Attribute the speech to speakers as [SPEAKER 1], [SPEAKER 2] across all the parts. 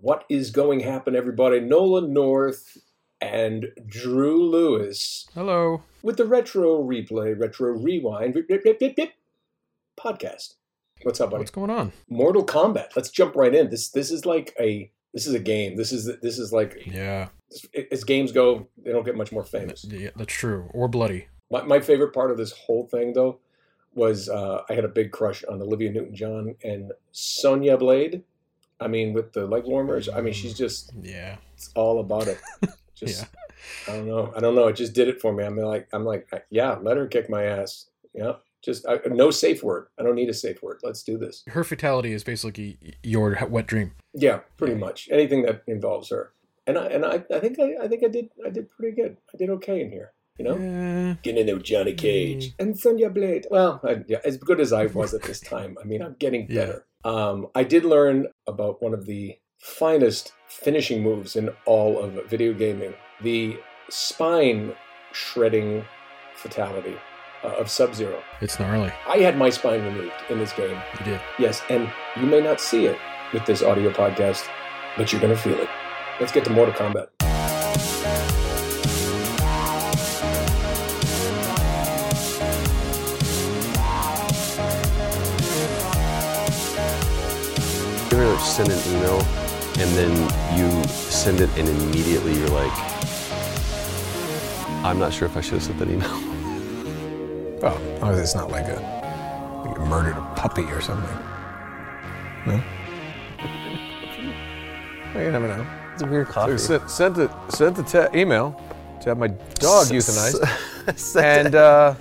[SPEAKER 1] What is going to happen, everybody? Nolan North and Drew Lewis
[SPEAKER 2] Hello.
[SPEAKER 1] with the Retro Replay, Retro Rewind rip, rip, rip, rip, rip, podcast. What's up, buddy?
[SPEAKER 2] What's going on?
[SPEAKER 1] Mortal Kombat. Let's jump right in. This this is like a this is a game. This is this is like
[SPEAKER 2] Yeah,
[SPEAKER 1] as games go, they don't get much more famous.
[SPEAKER 2] yeah, that's true. Or bloody.
[SPEAKER 1] My, my favorite part of this whole thing, though, was uh, I had a big crush on Olivia Newton-John and Sonya Blade. I mean, with the leg warmers. I mean, she's just
[SPEAKER 2] Yeah.
[SPEAKER 1] it's all about it. Just I don't know. I don't know. It just did it for me. I'm like I'm like yeah, let her kick my ass. Yeah. Just I, no safe word. I don't need a safe word. Let's do this.
[SPEAKER 2] Her fatality is basically your wet dream.
[SPEAKER 1] Yeah, pretty much anything that involves her. And I and I, I think I, I think I did I did pretty good. I did okay in here. You know,
[SPEAKER 2] Yeah.
[SPEAKER 1] getting in there with Johnny Cage and Sonya Blade. Well, I, yeah, as good as I was at this time, I mean, I'm getting
[SPEAKER 2] Yeah.
[SPEAKER 1] better. Um, I did learn about one of the finest finishing moves in all of video gaming: the spine shredding fatality uh, of Sub Zero.
[SPEAKER 2] It's gnarly.
[SPEAKER 1] I had my spine removed in this game.
[SPEAKER 2] You did.
[SPEAKER 1] Yes, and you may not see it with this audio podcast, but you're going to feel it. Let's get to Mortal Kombat.
[SPEAKER 3] You ever send an email and then you send it and immediately you're like, I'm not sure if I should have sent that email.
[SPEAKER 4] Well, as long as Oh, it's not like a like you murdered a puppy or something. No? well, you never know.
[SPEAKER 3] It's a weird
[SPEAKER 4] So
[SPEAKER 3] coffee.
[SPEAKER 4] we sent, sent the sent the te- email to have my dog euthanized,
[SPEAKER 3] and
[SPEAKER 4] and uh,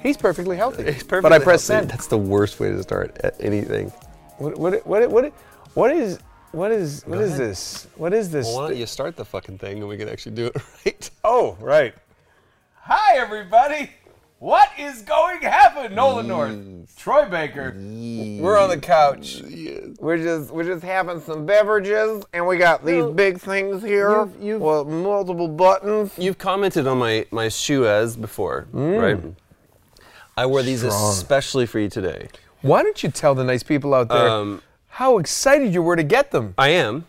[SPEAKER 4] he's perfectly healthy. but I pressed send.
[SPEAKER 3] That's the worst way to start a- anything.
[SPEAKER 4] What what what what what is what is what is this? What is this?
[SPEAKER 3] Why don't you start the fucking thing and we can actually do it right?
[SPEAKER 4] Oh, right. Hi, everybody. What is going to happen? Nolan North, Troy Baker. We're on the couch. We're just we're just having some beverages, and we got these big things here with multiple buttons.
[SPEAKER 3] You've commented on my, my shoe as before, right? I wore these especially for you today.
[SPEAKER 4] Why don't you tell the nice people out there
[SPEAKER 3] Um,
[SPEAKER 4] how excited you were to get them?
[SPEAKER 3] I am,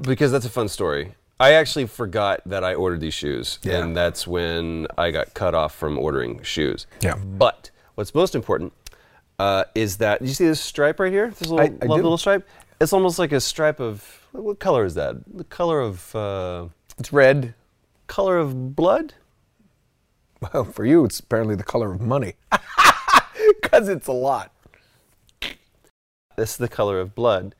[SPEAKER 3] because that's a fun story. I actually forgot that I ordered these shoes, and that's when I got cut off from ordering shoes.
[SPEAKER 4] Yeah.
[SPEAKER 3] But what's most important uh, is that you see this stripe right here? This little,
[SPEAKER 4] I do.
[SPEAKER 3] little, little stripe. It's almost like a stripe of what color is that? The color of uh,
[SPEAKER 4] It's red.
[SPEAKER 3] color of blood.
[SPEAKER 4] Well, for you, it's apparently the color of money. Cause it's a lot.
[SPEAKER 3] This is the color of blood.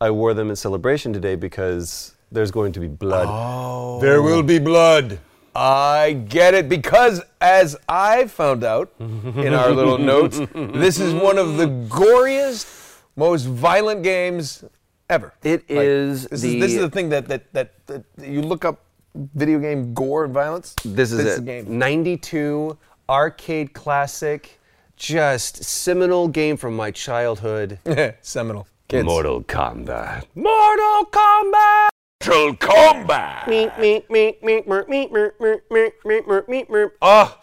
[SPEAKER 3] I wore them in celebration today because there's going to be blood. Oh.
[SPEAKER 4] There will be blood. I get it because, as I found out in our little notes, this is one of the goriest, most violent games ever.
[SPEAKER 3] It
[SPEAKER 4] Like,
[SPEAKER 3] is
[SPEAKER 4] this
[SPEAKER 3] the-
[SPEAKER 4] is this is the thing that that, that that you look up video game gore and violence.
[SPEAKER 3] This is it.
[SPEAKER 4] the game.
[SPEAKER 3] 92 arcade classic, just seminal game from my childhood.
[SPEAKER 4] Seminal kids.
[SPEAKER 3] Mortal Kombat. Mortal Kombat. Mortal Kombat. Meep meep meep meep meep meep meep meep meep meep meep meep meep. Oh,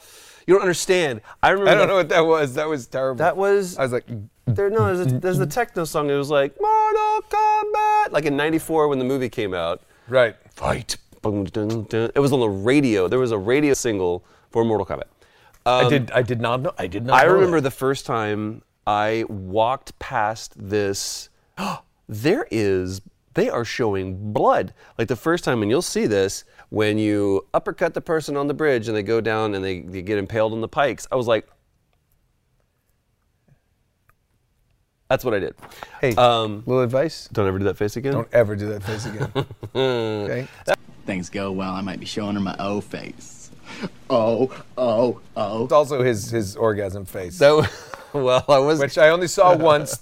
[SPEAKER 3] you don't understand. I remember.
[SPEAKER 4] I don't
[SPEAKER 3] that-
[SPEAKER 4] know what that was. That was terrible.
[SPEAKER 3] That was.
[SPEAKER 4] I was like,
[SPEAKER 3] There, no, there's a, there's a techno song. It was like Mortal Kombat, like in '94 when the movie came out.
[SPEAKER 4] right.
[SPEAKER 3] Fight. Boom, dun, dun. It was on the radio. There was a radio single for Mortal Kombat. Um,
[SPEAKER 4] I did. I did not know. I did not.
[SPEAKER 3] I
[SPEAKER 4] know
[SPEAKER 3] remember
[SPEAKER 4] that.
[SPEAKER 3] the first time I walked past this. there is, they are showing blood. Like the first time, and you'll see this, when you uppercut the person on the bridge and they go down and they, they get impaled on the pikes. I was like, that's what I did.
[SPEAKER 4] Hey,
[SPEAKER 3] Um,
[SPEAKER 4] little advice.
[SPEAKER 3] Don't ever do that face again.
[SPEAKER 4] Don't ever do that face again. okay.
[SPEAKER 5] things go well, I might be showing her my O face. Oh, oh, oh.
[SPEAKER 4] It's also his his orgasm face,
[SPEAKER 3] That was, well, I was.
[SPEAKER 4] which I only saw once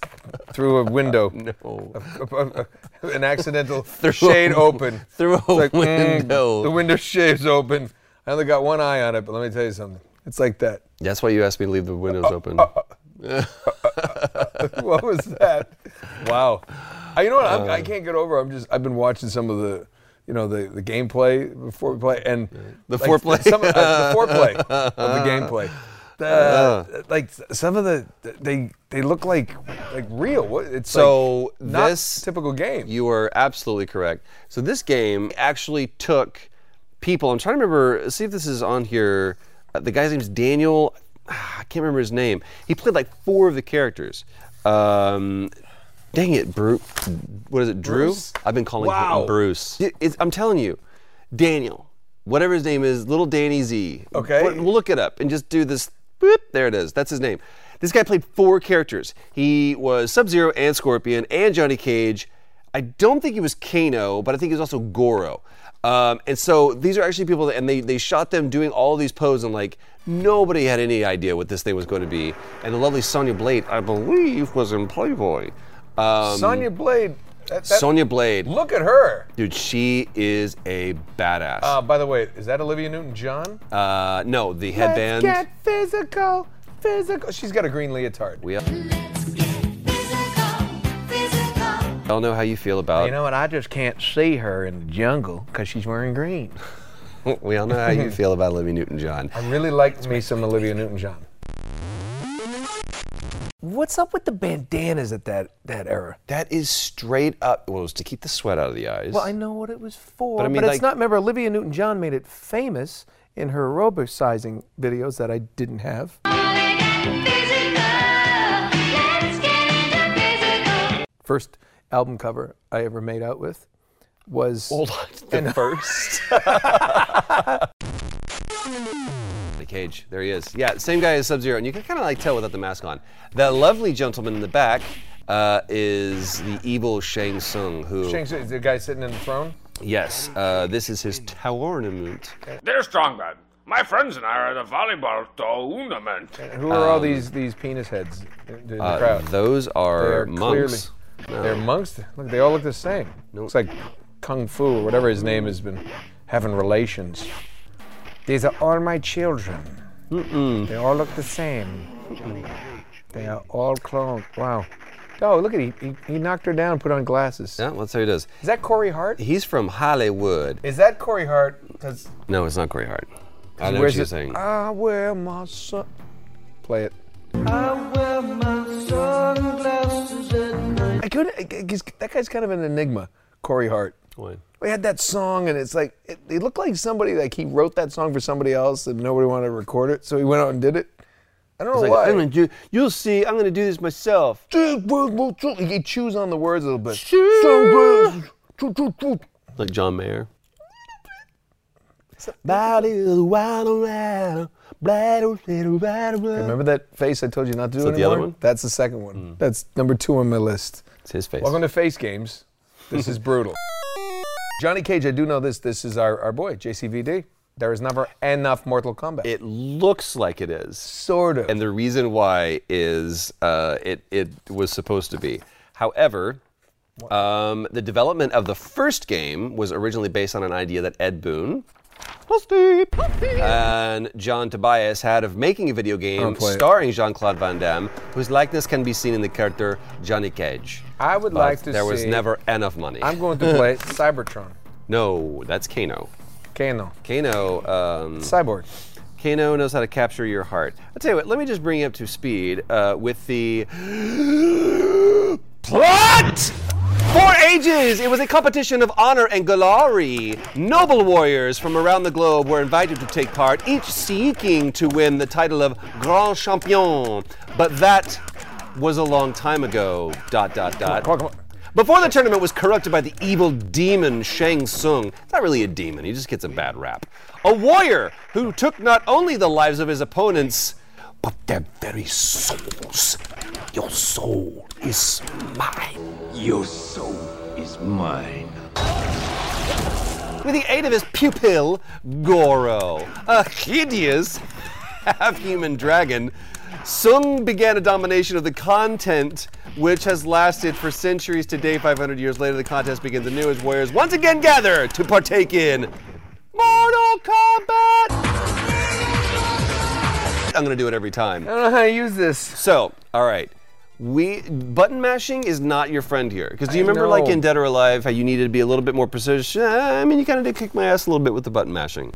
[SPEAKER 4] through a window,
[SPEAKER 3] no.
[SPEAKER 4] an accidental shade
[SPEAKER 3] a-
[SPEAKER 4] open.
[SPEAKER 3] Through a
[SPEAKER 4] It's like, mm,
[SPEAKER 3] window.
[SPEAKER 4] the window shaves open. I only got one eye on it, but let me tell you something. It's like that.
[SPEAKER 3] That's why you asked me to leave the
[SPEAKER 4] Uh,
[SPEAKER 3] windows open.
[SPEAKER 4] what was that? Wow. I, you know what?
[SPEAKER 3] Uh.
[SPEAKER 4] I'm, I can't get over. I'm just. I've been watching some of the, you know, the the gameplay before we play and
[SPEAKER 3] The foreplay?
[SPEAKER 4] Some, of- uh, the foreplay of the gameplay. The,
[SPEAKER 3] Uh.
[SPEAKER 4] Like some of the they they look like like real. What- It's
[SPEAKER 3] So
[SPEAKER 4] like not
[SPEAKER 3] this-
[SPEAKER 4] typical game.
[SPEAKER 3] You are absolutely correct. So this game actually took people. I'm trying to remember. See if this is on here. Uh, the guy's name's Daniel. I can't remember his name. He played like four of the characters. Um, dang it, Bruce. What is it, Drew?
[SPEAKER 4] Bruce?
[SPEAKER 3] I've been calling
[SPEAKER 4] Wow.
[SPEAKER 3] him Bruce. It- it's- I'm telling you, Daniel. Whatever his name is, little Danny Z.
[SPEAKER 4] Okay.
[SPEAKER 3] What- We'll look it up and just do this. Boop, there it is. That's his name. This guy played four characters. He was Sub Zero and Scorpion and Johnny Cage. I don't think he was Kano, but I think he was also Goro. Um, and so these are actually people, that, and they, they shot them doing all these poses, and like nobody had any idea what this thing was going to be. And the lovely Sonya Blade, I believe, was in Playboy. Um,
[SPEAKER 4] Sonya Blade. That, that,
[SPEAKER 3] Sonya Blade.
[SPEAKER 4] look at her.
[SPEAKER 3] Dude, she is a badass.
[SPEAKER 4] Uh, by the way, is that Olivia Newton-John?
[SPEAKER 3] Uh, no, the headband.
[SPEAKER 4] Let's get physical, physical. She's got a green leotard.
[SPEAKER 3] We I don't know how you feel about.
[SPEAKER 4] You know what? I just can't see her in the jungle because she's wearing green.
[SPEAKER 3] we all know how you feel about Olivia Newton-John.
[SPEAKER 4] I really liked me some Olivia Newton-John. What's up with the bandanas at that that era?
[SPEAKER 3] That is straight up. Well, it was to keep the sweat out of the eyes.
[SPEAKER 4] Well, I know what it was for, but,
[SPEAKER 3] But I mean,
[SPEAKER 4] it's
[SPEAKER 3] like-
[SPEAKER 4] not. Remember, Olivia Newton-John made it famous in her aerobicizing videos that I didn't have. First album cover I ever made out with was
[SPEAKER 3] Hold on to the first. the cage. There he is. Yeah, same guy as Sub Zero, and you can kind of like tell without the mask on. That lovely gentleman in the back uh, is the evil Shang Tsung, who
[SPEAKER 4] Shang Tsung, is the guy sitting in the throne.
[SPEAKER 3] Yes, uh, this is his tournament.
[SPEAKER 6] Dear Strongman, my friends and I are at the volleyball tournament.
[SPEAKER 4] Who are all these these penis heads in the crowd?
[SPEAKER 3] Uh, Those are
[SPEAKER 4] They're
[SPEAKER 3] monks.
[SPEAKER 4] Clearly, They're monks. Look, they all look the same. Looks like Kung Fu or whatever his name has been having relations. These are all my children. They all look the same. They are all clones. Wow. Oh, look at he, he. He knocked her down, put on glasses.
[SPEAKER 3] Yeah, let's see who does.
[SPEAKER 4] Is that Corey Hart?
[SPEAKER 3] He's from Hollywood.
[SPEAKER 4] Is that Corey Hart? Because
[SPEAKER 3] No, it's not Corey Hart. I know
[SPEAKER 4] where's
[SPEAKER 3] what you're
[SPEAKER 4] it-
[SPEAKER 3] saying.
[SPEAKER 4] I wear my sun. Play it. I could. I- I- 'cause That guy's kind of an enigma, Corey Hart.
[SPEAKER 3] Why?
[SPEAKER 4] We had that song, and it's like it, it looked like somebody like he wrote that song for somebody else, and nobody wanted to record it, so he went out and did it. I don't know
[SPEAKER 3] Like,
[SPEAKER 4] why.
[SPEAKER 3] I'm gonna do. You'll see. I'm gonna do this myself.
[SPEAKER 4] Dude, well, well, so- he chews on the words a little bit. So, uh, choo, choo, choo.
[SPEAKER 3] Like John Mayer. Body wild around, blood little
[SPEAKER 4] Remember that face I told you not to do
[SPEAKER 3] that the
[SPEAKER 4] anymore?
[SPEAKER 3] other one? Hmm.
[SPEAKER 4] That's the second one. That's number two on my list.
[SPEAKER 3] It's his face.
[SPEAKER 4] Welcome to Face Games. This is brutal. Johnny Cage, I do know this. This is our, our boy, JCVD. There is never enough Mortal Kombat.
[SPEAKER 3] It looks like it is,
[SPEAKER 4] sort of.
[SPEAKER 3] and the reason why is uh, it it was supposed to be. However, um, the development of the first game was originally based on an idea that Ed Boon. Rusty, and John Tobias had of making a video game
[SPEAKER 4] play it.
[SPEAKER 3] starring Jean Claude Van Damme, whose likeness can be seen in the character Johnny Cage.
[SPEAKER 4] I would
[SPEAKER 3] But
[SPEAKER 4] like to
[SPEAKER 3] There was
[SPEAKER 4] see-
[SPEAKER 3] never enough money.
[SPEAKER 4] I'm going to play Cybertron.
[SPEAKER 3] no, that's Kano.
[SPEAKER 4] Kano.
[SPEAKER 3] Kano, um,
[SPEAKER 4] Cyborg.
[SPEAKER 3] Kano knows how to capture your heart. I'll tell you what, let me just bring you up to speed uh, with the plot! For ages, it was a competition of honor and glory. Noble warriors from around the globe were invited to take part, each seeking to win the title of Grand Champion. But that was a long time ago. Dot, dot, dot.
[SPEAKER 4] Come on, come on.
[SPEAKER 3] Before the tournament was corrupted by the evil demon Shang Tsung. It's not really a demon, he just gets a bad rap. A warrior who took not only the lives of his opponents, but their very souls. Your soul is mine.
[SPEAKER 7] Your soul is mine.
[SPEAKER 3] With the aid of his pupil, Goro, a hideous half human dragon, Sung began a domination of the content which has lasted for centuries. Today, 500 years later, the contest begins anew as warriors once again gather to partake in Mortal Kombat! I'm gonna do it every time.
[SPEAKER 4] I don't know how to use this.
[SPEAKER 3] So, all right. We button mashing is not your friend here because do you
[SPEAKER 4] I
[SPEAKER 3] remember like
[SPEAKER 4] know.
[SPEAKER 3] in Dead or Alive how you needed to be a little bit more precision? Uh, I mean, you kind of did kick my ass a little bit with the button mashing.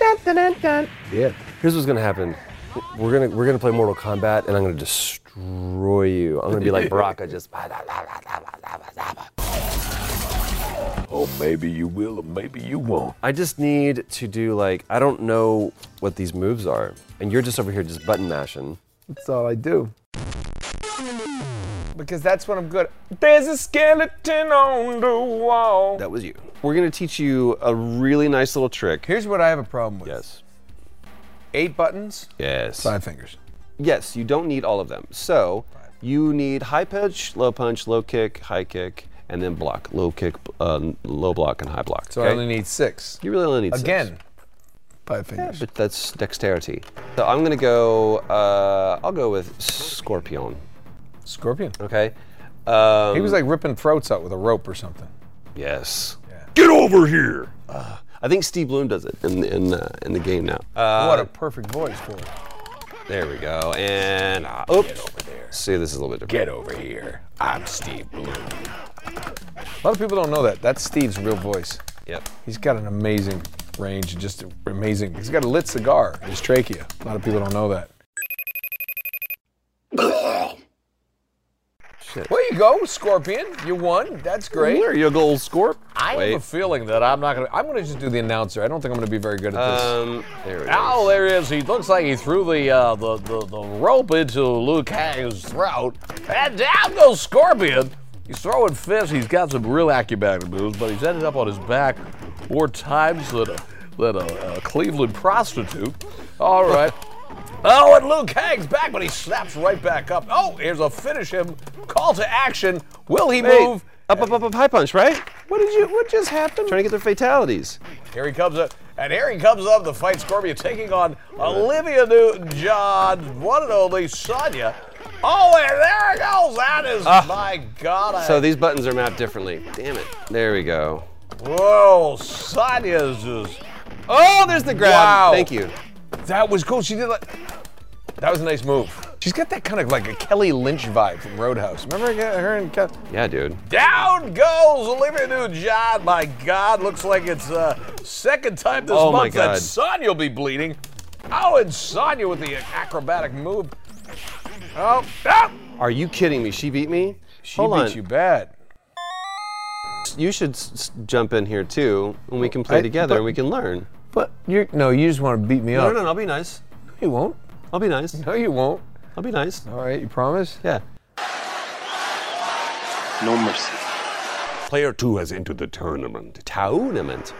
[SPEAKER 7] Yeah. Here's what's gonna happen. We're gonna we're gonna play Mortal Kombat, and I'm gonna destroy you. I'm gonna be like Baraka, just. Oh, maybe you will, or maybe you won't. I just need to do like I don't know what these moves are, and you're just over here just button mashing.
[SPEAKER 4] That's all I do. Because that's what I'm good. at. There's a skeleton on the wall.
[SPEAKER 3] That was you. We're gonna teach you a really nice little trick.
[SPEAKER 4] Here's what I have a problem with.
[SPEAKER 3] Yes.
[SPEAKER 4] Eight buttons,
[SPEAKER 3] Yes.
[SPEAKER 4] five fingers.
[SPEAKER 3] Yes, you don't need all of them. So you need high punch, low punch, low kick, high kick, and then block, low kick, uh, low block, and high block.
[SPEAKER 4] So I
[SPEAKER 3] okay?
[SPEAKER 4] only need six.
[SPEAKER 3] you really only need six.
[SPEAKER 4] Again, five
[SPEAKER 3] Yeah,
[SPEAKER 4] fingers.
[SPEAKER 3] but that's dexterity. So I'm gonna go. Uh, I'll go with scorpion.
[SPEAKER 4] Scorpion.
[SPEAKER 3] Okay. Um,
[SPEAKER 4] He was like ripping throats out with a rope or something.
[SPEAKER 3] yes. Get over here. Uh, I think Steve Bloom does it in in, uh, in the game now. Uh,
[SPEAKER 4] what a perfect voice for it.
[SPEAKER 3] there we go. And uh, oops. See, this is a little bit different.
[SPEAKER 7] Get over here. I'm Steve Blue.
[SPEAKER 4] A lot of people don't know that. That's Steve's real voice.
[SPEAKER 3] Yep.
[SPEAKER 4] He's got an amazing range and just amazing. He's got a lit cigar in his trachea. A lot of people don't know that. Well, you go, Scorpion. You won. That's great.
[SPEAKER 3] There you go, old Scorp.
[SPEAKER 4] I
[SPEAKER 3] Wait.
[SPEAKER 4] have a feeling that I'm not gonna. I'm gonna just do the announcer. I don't think I'm gonna be very good at this.
[SPEAKER 3] Um, there it is.
[SPEAKER 8] Oh, there he is. He looks like he threw the uh, the, the, the rope into Liu Kang's throat. And down goes Scorpion. He's throwing fists. He's got some real acrobatic moves, but he's ended up on his back more times than a, than a, a Cleveland prostitute. All right. Oh, and Liu Kang's back, but he snaps right back up. Oh, here's a finish him. Call to action. Will he
[SPEAKER 3] Hey,
[SPEAKER 8] move?
[SPEAKER 3] up, up, up, up, high punch, right?
[SPEAKER 4] what did you? What just happened?
[SPEAKER 3] Trying to get their fatalities.
[SPEAKER 8] Here he comes up, and here he comes up. The fight Scorpion taking on Olivia Newton-John, one and only Sonya. Oh, and there it goes. That is
[SPEAKER 4] Ah.
[SPEAKER 8] my God. I,
[SPEAKER 3] So these buttons are mapped differently. Damn it. There we go.
[SPEAKER 8] whoa, Sonya's just
[SPEAKER 3] Oh, there's the grab.
[SPEAKER 4] Wow.
[SPEAKER 3] Thank you.
[SPEAKER 4] That was cool. She did like. That was a nice move. She's got that kind of like a Kelly Lynch vibe from Roadhouse. Remember her and Kelly?
[SPEAKER 3] Yeah, dude.
[SPEAKER 8] down goes Olivia Newton-John. My God, looks like it's uh, second time this
[SPEAKER 3] Oh, my
[SPEAKER 8] month that
[SPEAKER 3] God.
[SPEAKER 8] Sonya will be bleeding. Oh, and Sonya with the acrobatic move. Oh, oh.
[SPEAKER 3] Are you kidding me? She beat me?
[SPEAKER 4] She
[SPEAKER 3] Hold
[SPEAKER 4] beat
[SPEAKER 3] on.
[SPEAKER 4] you bad.
[SPEAKER 3] You should s- s- jump in here too, and we can play
[SPEAKER 4] I- but-
[SPEAKER 3] together and we can learn.
[SPEAKER 4] But you're no, you just want to beat me
[SPEAKER 3] No,
[SPEAKER 4] up.
[SPEAKER 3] no, no. I'll be nice.
[SPEAKER 4] no, you won't.
[SPEAKER 3] I'll be nice.
[SPEAKER 4] No, you won't.
[SPEAKER 3] I'll be nice.
[SPEAKER 4] All right, you promise?
[SPEAKER 3] Yeah.
[SPEAKER 7] No mercy.
[SPEAKER 3] Player two has entered the tournament. Tournament.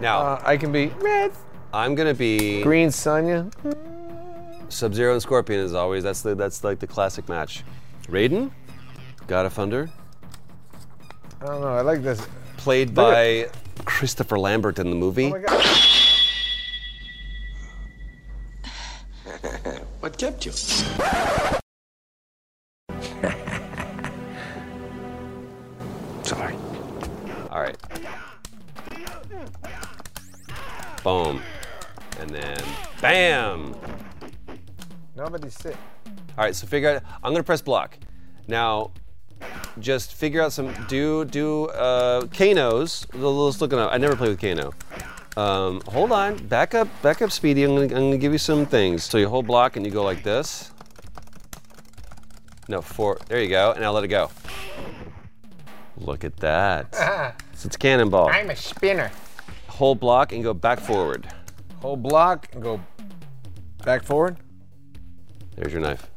[SPEAKER 3] Now
[SPEAKER 4] Uh, I can be red,
[SPEAKER 3] I'm gonna be
[SPEAKER 4] green, Sonya.
[SPEAKER 3] Sub Zero and Scorpion as always. That's the that's like the classic match. Raiden, God of Thunder,
[SPEAKER 4] I don't know. I like this.
[SPEAKER 3] played by Christopher Lambert in the movie.
[SPEAKER 4] Oh my God.
[SPEAKER 7] What kept you? Sorry.
[SPEAKER 3] All right. Boom. And then bam.
[SPEAKER 4] Nobody's sick.
[SPEAKER 3] All right, so figure out. I'm gonna press block. Now, just figure out some. Do do uh, Kano's. Let's look it up. I never played with Kano. Um, hold on. Back up. Back up, Speedy. I'm gonna, I'm gonna give you some things. So you hold block and you go like this. No, four. There you go. And I'll let it go. Look at that. so it's cannonball.
[SPEAKER 4] Uh-huh. I'm a spinner.
[SPEAKER 3] Hold block and go back forward.
[SPEAKER 4] Hold block and go Back forward.
[SPEAKER 3] There's your knife.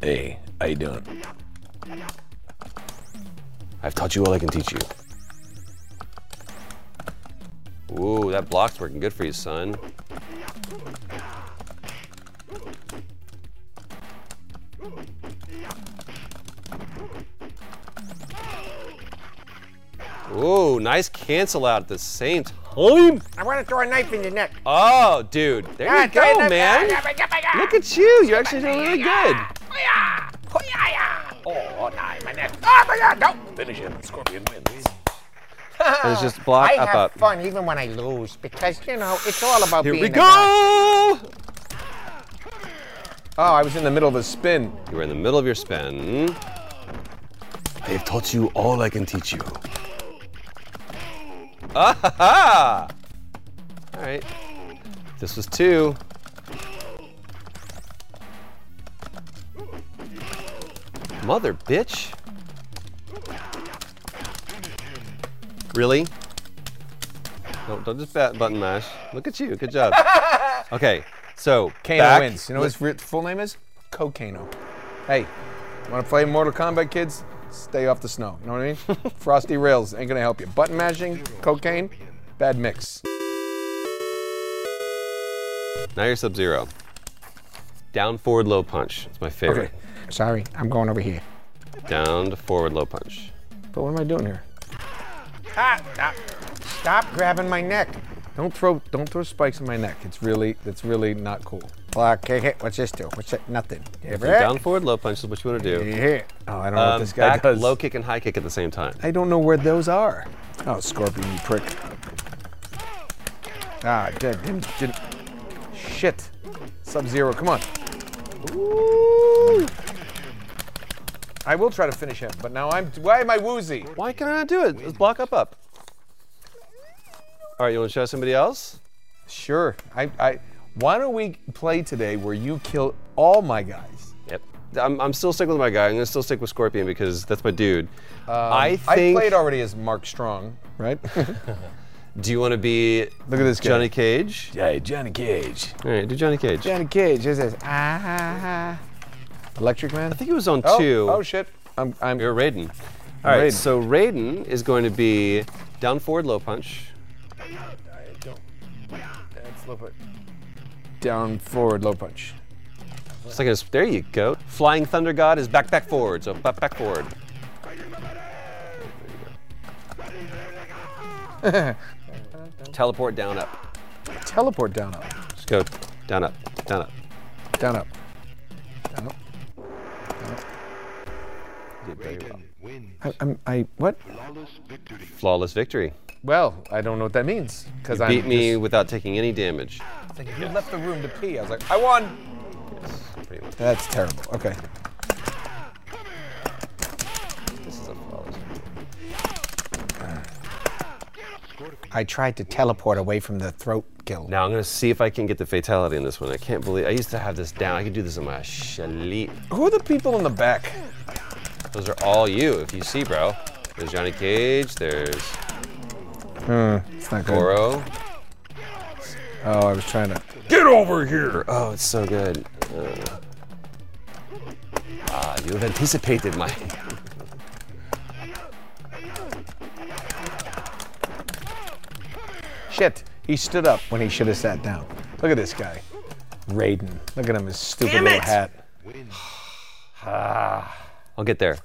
[SPEAKER 7] Hey, how you doing?
[SPEAKER 3] I've taught you all I can teach you. Ooh, that block's working good for you, son. Ooh, nice cancel out at the same time.
[SPEAKER 4] I want to throw a knife in your neck. Ah,
[SPEAKER 3] Oh, dude. There you go, man. Look at you. You're actually doing really good.
[SPEAKER 7] Oh, nine, my neck.
[SPEAKER 4] Oh my god, no!
[SPEAKER 7] Finish him. Scorpion wins.
[SPEAKER 3] It's just block
[SPEAKER 4] I
[SPEAKER 3] up,
[SPEAKER 4] have
[SPEAKER 3] up.
[SPEAKER 4] fun even when I lose because you know it's all about
[SPEAKER 3] Here
[SPEAKER 4] being.
[SPEAKER 3] we
[SPEAKER 4] the
[SPEAKER 3] go.
[SPEAKER 4] guy.
[SPEAKER 3] Oh, I was in the middle of a spin. You were in the middle of your spin.
[SPEAKER 7] They've taught you all I can teach you.
[SPEAKER 3] Ah ha ha! All right. This was two. Mother bitch. Really? Don't, don't just bat button mash. Look at you. Good job. Okay, so
[SPEAKER 4] Kano
[SPEAKER 3] back-
[SPEAKER 4] wins. You know what his re- full name is? Kano. Hey, want to play Mortal Kombat, kids? Stay off the snow. You know what I mean? Frosty rails ain't gonna help you. Button mashing, cocaine, bad mix.
[SPEAKER 3] Now you're sub zero. Down forward low punch. It's my favorite.
[SPEAKER 4] Sorry, I'm going over here.
[SPEAKER 3] Down to forward low punch.
[SPEAKER 4] But what am I doing here? Ah, ah. Stop grabbing my neck. Don't throw don't throw spikes in my neck. It's really it's really not cool. Okay, hey, what's this do? What's that? Nothing.
[SPEAKER 3] So
[SPEAKER 4] Yeah.
[SPEAKER 3] down forward low punch is what you want to do.
[SPEAKER 4] Yeah. Oh, I don't know what this guy
[SPEAKER 3] Um, back,
[SPEAKER 4] does.
[SPEAKER 3] Low kick and high kick at the same time.
[SPEAKER 4] I don't know where those are. Oh, scorpion you prick. Ah, dead. Didn't, didn't- Shit. Sub Zero, come on. Ooh. I will try to finish him, but now I'm. Why am I woozy?
[SPEAKER 3] Why can I not do it? Let's block up up. All right, you want to show somebody else?
[SPEAKER 4] Sure. I, I. Why don't we play today where you kill all my guys?
[SPEAKER 3] Yep. I'm, I'm still sticking with my guy. I'm going to still stick with Scorpion because that's my dude.
[SPEAKER 4] Um,
[SPEAKER 3] I think.
[SPEAKER 4] I played already as Mark Strong, right?
[SPEAKER 3] do you want to be
[SPEAKER 4] Look at this guy.
[SPEAKER 3] Johnny Cage?
[SPEAKER 7] Hey, Johnny Cage.
[SPEAKER 3] All right, do Johnny Cage.
[SPEAKER 4] Johnny Cage. This is ah, ah, ah. Electric Man.
[SPEAKER 3] I think he was on
[SPEAKER 4] Oh,
[SPEAKER 3] two.
[SPEAKER 4] oh shit. I'm. I'm.
[SPEAKER 3] You're Raiden. All right,
[SPEAKER 4] Raiden.
[SPEAKER 3] so Raiden is going to be down forward low punch.
[SPEAKER 4] Down, forward, low punch.
[SPEAKER 3] Just like a, there you go. Flying Thunder God is back, back, forward. So back, back, forward. Teleport down, up.
[SPEAKER 4] Teleport down up.
[SPEAKER 3] Just go down, up, down, up.
[SPEAKER 4] Down up.
[SPEAKER 3] You did very well.
[SPEAKER 4] I, I'm, I what?
[SPEAKER 3] Flawless victory.
[SPEAKER 4] Well, I don't know what that means because
[SPEAKER 3] You
[SPEAKER 4] I
[SPEAKER 3] beat me without taking any damage.
[SPEAKER 4] you left the room to pee. I was like, I won.
[SPEAKER 3] Pretty much.
[SPEAKER 4] That's terrible. Okay.
[SPEAKER 3] This is a flawless victory.
[SPEAKER 4] I tried to teleport away from the throat kill.
[SPEAKER 3] Now I'm gonna see if I can get the fatality in this one. I can't believe I used to have this down. I could do this in my sleep.
[SPEAKER 4] Who are the people in the back?
[SPEAKER 3] Those are all you, if you see, bro. There's Johnny Cage. There's
[SPEAKER 4] It's not
[SPEAKER 3] Goro.
[SPEAKER 4] Oh, I was trying to.
[SPEAKER 7] Get over here.
[SPEAKER 3] Oh, it's so good. Uh, ah, you have anticipated my.
[SPEAKER 4] Shit. He stood up when he should have sat down. Look at this guy. Raiden. Look at him, his stupid little hat.
[SPEAKER 3] I'll get there.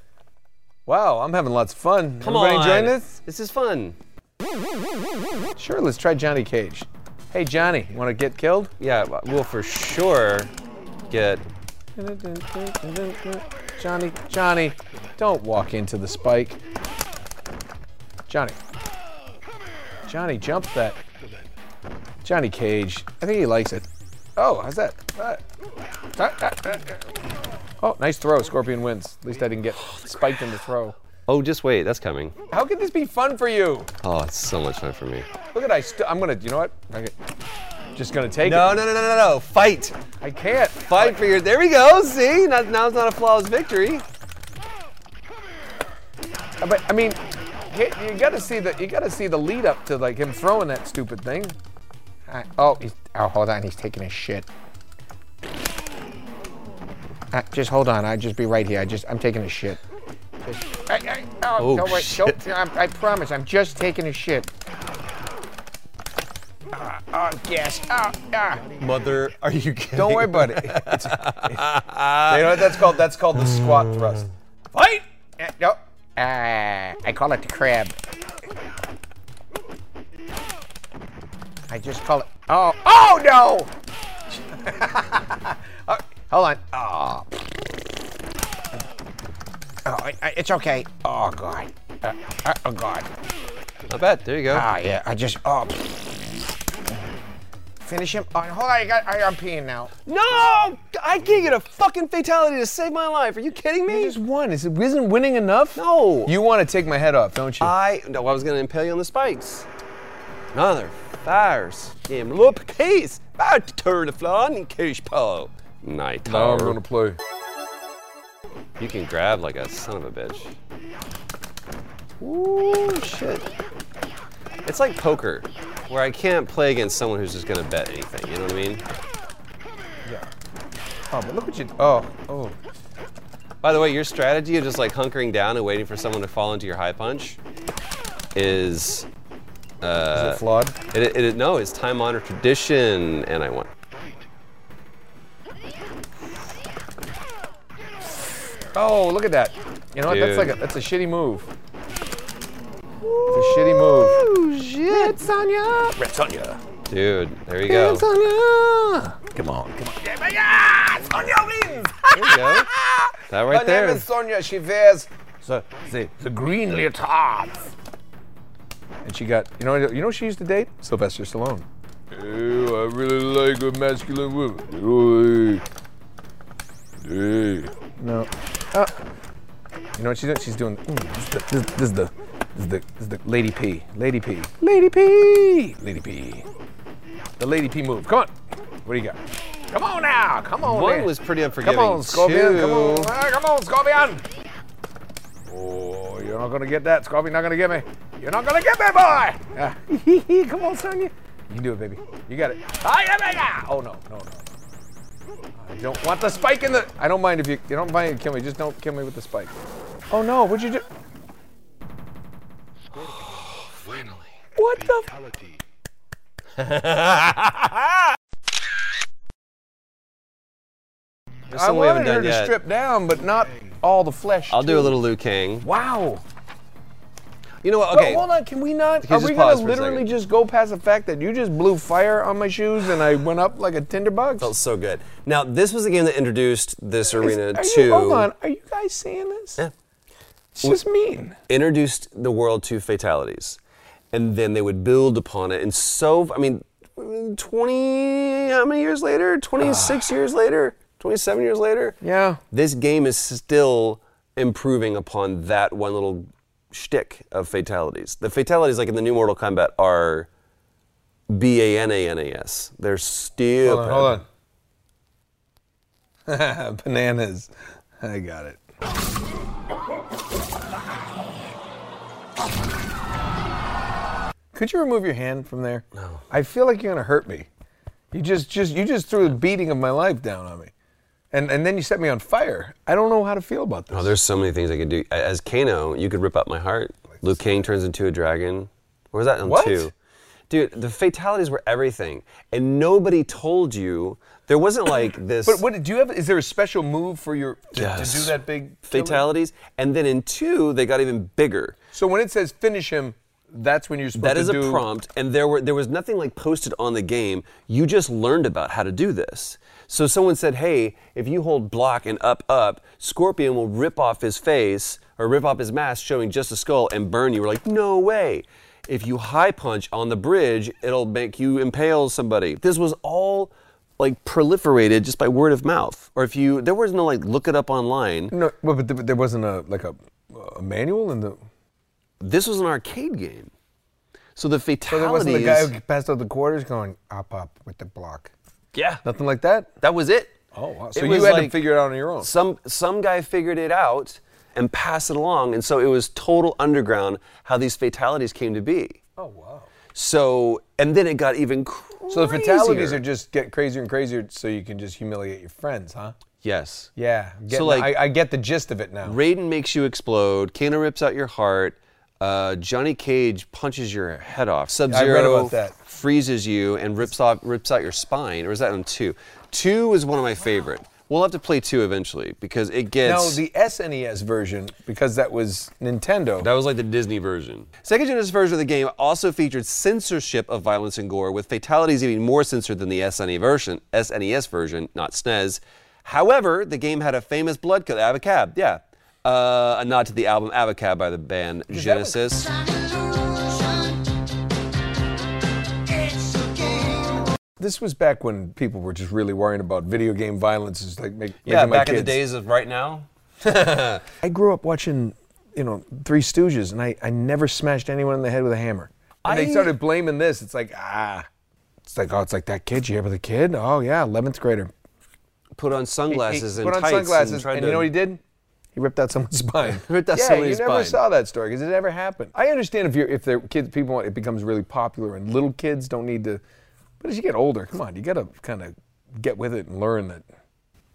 [SPEAKER 4] Wow, I'm having lots of fun.
[SPEAKER 3] Come
[SPEAKER 4] Everybody
[SPEAKER 3] on.
[SPEAKER 4] enjoying this?
[SPEAKER 3] This is fun.
[SPEAKER 4] Sure, let's try Johnny Cage. Hey, Johnny, you want to get killed?
[SPEAKER 3] Yeah, w- we'll for sure get.
[SPEAKER 4] Johnny, Johnny, don't walk into the spike. Johnny. Johnny, jump that. Johnny Cage. I think he likes it. Oh, how's that? Ah. Ah, ah, ah, ah. Oh, nice throw. Scorpion wins. At least I didn't get spiked in the throw.
[SPEAKER 3] Oh, just wait. That's coming.
[SPEAKER 4] How could this be fun for you?
[SPEAKER 3] Oh, it's so much fun for me.
[SPEAKER 4] Look at I. St- I'm gonna. You know what? I just gonna take
[SPEAKER 3] No,
[SPEAKER 4] it.
[SPEAKER 3] no, no, no, no, no. Fight.
[SPEAKER 4] I can't.
[SPEAKER 3] Fight for your. There we go. See? Now, now it's not a flawless victory.
[SPEAKER 4] But I mean, you you gotta see the you gotta see the lead up to like him throwing that stupid thing. I, oh, he's, oh, hold on, he's taking a shit. Uh, just hold on. I'd just be right here. I just, I'm taking a shit. Just- I, I, oh,
[SPEAKER 9] Oh,
[SPEAKER 4] don't worry.
[SPEAKER 9] shit.
[SPEAKER 4] Don't- I'm- I promise. I'm just taking a shit. Ah, oh, yes. Oh, ah.
[SPEAKER 3] Mother, are you kidding?
[SPEAKER 4] Don't worry
[SPEAKER 3] about
[SPEAKER 4] it.
[SPEAKER 3] you know what that's called? That's called the squat thrust.
[SPEAKER 4] Fight! Uh, no. Uh, I call it the crab. I just call it. Oh, oh no! Oh, hold on. Oh. Oh, I- I- it's okay. Oh, God. Uh, uh, oh, God.
[SPEAKER 3] Not bad. There you go.
[SPEAKER 4] Ah, yeah. I just. Oh. Finish him. Oh, hold on. I got, I, I'm peeing now.
[SPEAKER 3] No! I can't get a fucking fatality to save my life. Are you kidding me? You just
[SPEAKER 4] won. Is it, isn't winning enough?
[SPEAKER 3] No.
[SPEAKER 4] You want to take my head off, don't you?
[SPEAKER 3] I no, I was gonna impale you on the spikes. Another fires. Damn loop case. About to turn the flan in case polo. Night.
[SPEAKER 9] Now I'm
[SPEAKER 3] tower.
[SPEAKER 9] gonna play.
[SPEAKER 3] You can grab like a son of a bitch. Ooh, shit. It's like poker, where I can't play against someone who's just gonna bet anything. You know what I mean?
[SPEAKER 4] Yeah. Oh, but look what you. Oh, oh.
[SPEAKER 3] By the way, your strategy of just like hunkering down and waiting for someone to fall into your high punch is. Uh,
[SPEAKER 4] Is it flawed?
[SPEAKER 3] It, it, no, it's time honored tradition, and I won.
[SPEAKER 4] Oh, look at that. You know what? That's
[SPEAKER 3] Dude.
[SPEAKER 4] like a, that's a shitty move. It's a shitty move.
[SPEAKER 9] Oh shit! Sonya!
[SPEAKER 3] Rats on ya. Dude, there you go.
[SPEAKER 9] Sonya!
[SPEAKER 3] Come on, come on.
[SPEAKER 4] Sonia wins!
[SPEAKER 3] There you go. That right
[SPEAKER 4] My
[SPEAKER 3] there.
[SPEAKER 4] name is Sonia. She wears
[SPEAKER 3] the, the,
[SPEAKER 4] the green leotards. And she got, you know, you know, who she used to date Sylvester Stallone.
[SPEAKER 9] Ew, I really like a masculine woman. Hey.
[SPEAKER 4] No. Uh, you know what she's doing? She's doing. mm, this, this, this is the, this is the, this is the Lady P. Lady P. Lady P. Lady P. The Lady P move. Come on. What do you got? Come on now. Come on.
[SPEAKER 3] One
[SPEAKER 4] man.
[SPEAKER 3] was pretty
[SPEAKER 4] Come
[SPEAKER 3] unforgiving.
[SPEAKER 4] on, Scorpion. Come on.
[SPEAKER 3] Two-
[SPEAKER 4] Ah, come on, Scorpion. Oh, you're not gonna get that, Scorpion. Not gonna get me. You're not gonna get me, boy. Ah. come on, Sonya. You can do it, baby. You got it. I am a guy. Oh no, no, no. I don't want the spike in the. I don't mind if you. You don't mind if you kill me. Just don't kill me with the spike. Oh no! What'd you do? What the?
[SPEAKER 3] There's
[SPEAKER 4] I
[SPEAKER 3] something we haven't
[SPEAKER 4] wanted her
[SPEAKER 3] done
[SPEAKER 4] to
[SPEAKER 3] yet.
[SPEAKER 4] strip down, but not all the flesh.
[SPEAKER 3] I'll do
[SPEAKER 4] too.
[SPEAKER 3] a little Liu Kang.
[SPEAKER 4] Wow.
[SPEAKER 3] You know what?
[SPEAKER 4] But
[SPEAKER 3] Okay.
[SPEAKER 4] hold on, can we not?
[SPEAKER 3] Can you
[SPEAKER 4] Are
[SPEAKER 3] just
[SPEAKER 4] we gonna
[SPEAKER 3] pause for a
[SPEAKER 4] literally
[SPEAKER 3] second?
[SPEAKER 4] just go past the fact that you just blew fire on my shoes and I went up like a tinderbox?
[SPEAKER 3] Felt so good. Now, this was the game that introduced this arena
[SPEAKER 4] Are
[SPEAKER 3] to
[SPEAKER 4] you, hold on, are you guys seeing this?
[SPEAKER 3] Yeah.
[SPEAKER 4] It's just mean.
[SPEAKER 3] introduced the world to fatalities, and then they would build upon it. And so, I mean, 20 how many years later? 26 years later? 27 years later?
[SPEAKER 4] Ah. Yeah.
[SPEAKER 3] This game is still improving upon that one little shtick of fatalities. The fatalities, like in the new Mortal Kombat, are B A N A N A S. They're stupid.
[SPEAKER 4] on. Bananas. I got it. Could you remove your hand from there? No. I feel like you're gonna hurt me. You just, just, you just threw the beating of my life down on me, and and then you set me on fire. I don't know how to feel about this.
[SPEAKER 3] Oh, there's so many things I could do. A- As Kano, you could rip out my heart. Luke Kang turns into a dragon. Or was that on
[SPEAKER 4] What?
[SPEAKER 3] two? Dude, the fatalities were everything, and nobody told you. There wasn't like this.
[SPEAKER 4] But what do you have? Is there a special move for your to, to do
[SPEAKER 3] Yes.
[SPEAKER 4] that big killer?
[SPEAKER 3] fatalities, and then in two they got even bigger.
[SPEAKER 4] So when it says finish him, that's when you're supposed
[SPEAKER 3] That
[SPEAKER 4] to
[SPEAKER 3] is a
[SPEAKER 4] do.
[SPEAKER 3] prompt, and there were there was nothing like posted on the game. You just learned about how to do this. So someone said, "Hey, if you hold block and up up, Scorpion will rip off his face or rip off his mask, showing just a skull, and burn you." We're like, "No way!" If you high punch on the bridge, it'll make you impale somebody. This was all like proliferated just by word of mouth. Or if you there was no like look it up online.
[SPEAKER 4] No, well, but, th- but there wasn't a like a, a manual in the.
[SPEAKER 3] This was an arcade game. So the
[SPEAKER 4] So
[SPEAKER 3] fatalities.
[SPEAKER 4] there wasn't the guy who passed out the quarters going up up with the block.
[SPEAKER 3] yeah.
[SPEAKER 4] Nothing like that.
[SPEAKER 3] That was it.
[SPEAKER 4] Oh wow!
[SPEAKER 3] It
[SPEAKER 4] So you
[SPEAKER 3] was
[SPEAKER 4] had to
[SPEAKER 3] like-
[SPEAKER 4] figure it out on your own.
[SPEAKER 3] Some some guy figured it out and passed it along, and so it was total underground how these fatalities came to be.
[SPEAKER 4] Oh wow!
[SPEAKER 3] So and then it got even crazier.
[SPEAKER 4] So the fatalities are just get crazier and crazier, so you can just humiliate your friends, huh?
[SPEAKER 3] Yes.
[SPEAKER 4] Yeah. I'm getting- I, I get the gist of it now.
[SPEAKER 3] Raiden makes you explode. Kano rips out your heart. Uh, Johnny Cage punches your head off. Sub
[SPEAKER 4] I read
[SPEAKER 3] Zero
[SPEAKER 4] about that.
[SPEAKER 3] freezes you and rips off rips out your spine. Or is that on two? Two is one of my favorite. We'll have to play two eventually because it
[SPEAKER 4] No,
[SPEAKER 3] gets
[SPEAKER 4] the SNES version, because that was Nintendo.
[SPEAKER 3] That was like the Disney version. Second Genesis version of the game also featured censorship of violence and gore, with fatalities even more censored than the SNES version, SNES version, not SNES. However, the game had a famous blood cut, Avacab, yeah. Uh, a nod to the album Avacab by the band Genesis.
[SPEAKER 4] This was back when people were just really worrying about video game violence. Is like make,
[SPEAKER 3] Yeah,
[SPEAKER 4] making my
[SPEAKER 3] back in the
[SPEAKER 4] kids-
[SPEAKER 3] days of right now.
[SPEAKER 4] I grew up watching, you know, Three Stooges, and I, I never smashed anyone in the head with a hammer. And
[SPEAKER 3] I-
[SPEAKER 4] they started blaming this. It's like, ah. It's like, oh, it's like that kid. You hear about the kid? Oh, yeah, 11th grader.
[SPEAKER 3] Put on sunglasses
[SPEAKER 4] he
[SPEAKER 3] and
[SPEAKER 4] put on
[SPEAKER 3] tights
[SPEAKER 4] sunglasses,
[SPEAKER 3] tried
[SPEAKER 4] and
[SPEAKER 3] to-
[SPEAKER 4] you know what he did? He ripped out someone's spine.
[SPEAKER 3] Ripped out
[SPEAKER 4] yeah,
[SPEAKER 3] somebody's
[SPEAKER 4] you never
[SPEAKER 3] spine.
[SPEAKER 4] saw that story because it never happened. I understand if you're if they're kids, people want it becomes really popular, and little kids don't need to. But as you get older, come on, you got to kind of get with it and learn that.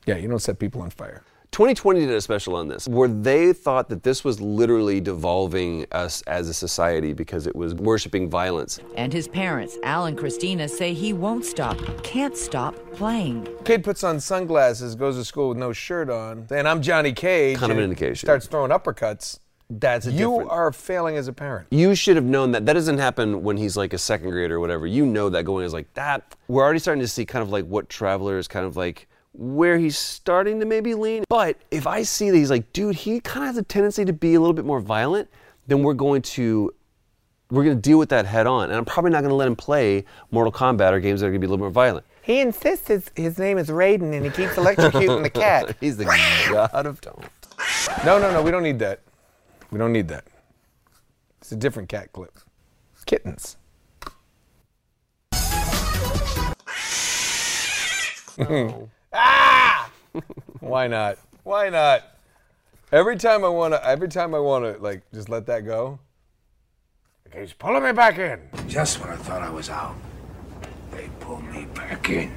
[SPEAKER 4] Yeah, you don't set people on fire.
[SPEAKER 3] 2020 did a special on this, where they thought that this was literally devolving us as a society because it was worshiping violence.
[SPEAKER 10] And his parents, Al and Christina, say he won't stop, can't stop playing.
[SPEAKER 4] Kid puts on sunglasses, goes to school with no shirt on, and I'm Johnny Cage.
[SPEAKER 3] Kind of an
[SPEAKER 4] and
[SPEAKER 3] indication.
[SPEAKER 4] Starts throwing uppercuts.
[SPEAKER 3] That's a
[SPEAKER 4] you
[SPEAKER 3] different-
[SPEAKER 4] are failing as a parent.
[SPEAKER 3] You should have known that. That doesn't happen when he's like a second grader or whatever. You know that going is like that. We're already starting to see kind of like what Traveler is kind of like where he's starting to maybe lean. But if I see that he's like, dude, he kind of has a tendency to be a little bit more violent, then we're going to we're going to deal with that head on. And I'm probably not going to let him play Mortal Kombat or games that are going to be a little more violent.
[SPEAKER 4] He insists his, his name is Raiden, and he keeps
[SPEAKER 3] he's the god of don't.
[SPEAKER 4] No, no, no, we don't need that. We don't need that. It's a different cat clip. Kittens. ah! Why not? Why not? Every time I wanna, every time I wanna, like, just let that go. Okay, he's pulling me back in.
[SPEAKER 11] Just when I thought I was out, they pulled me back in.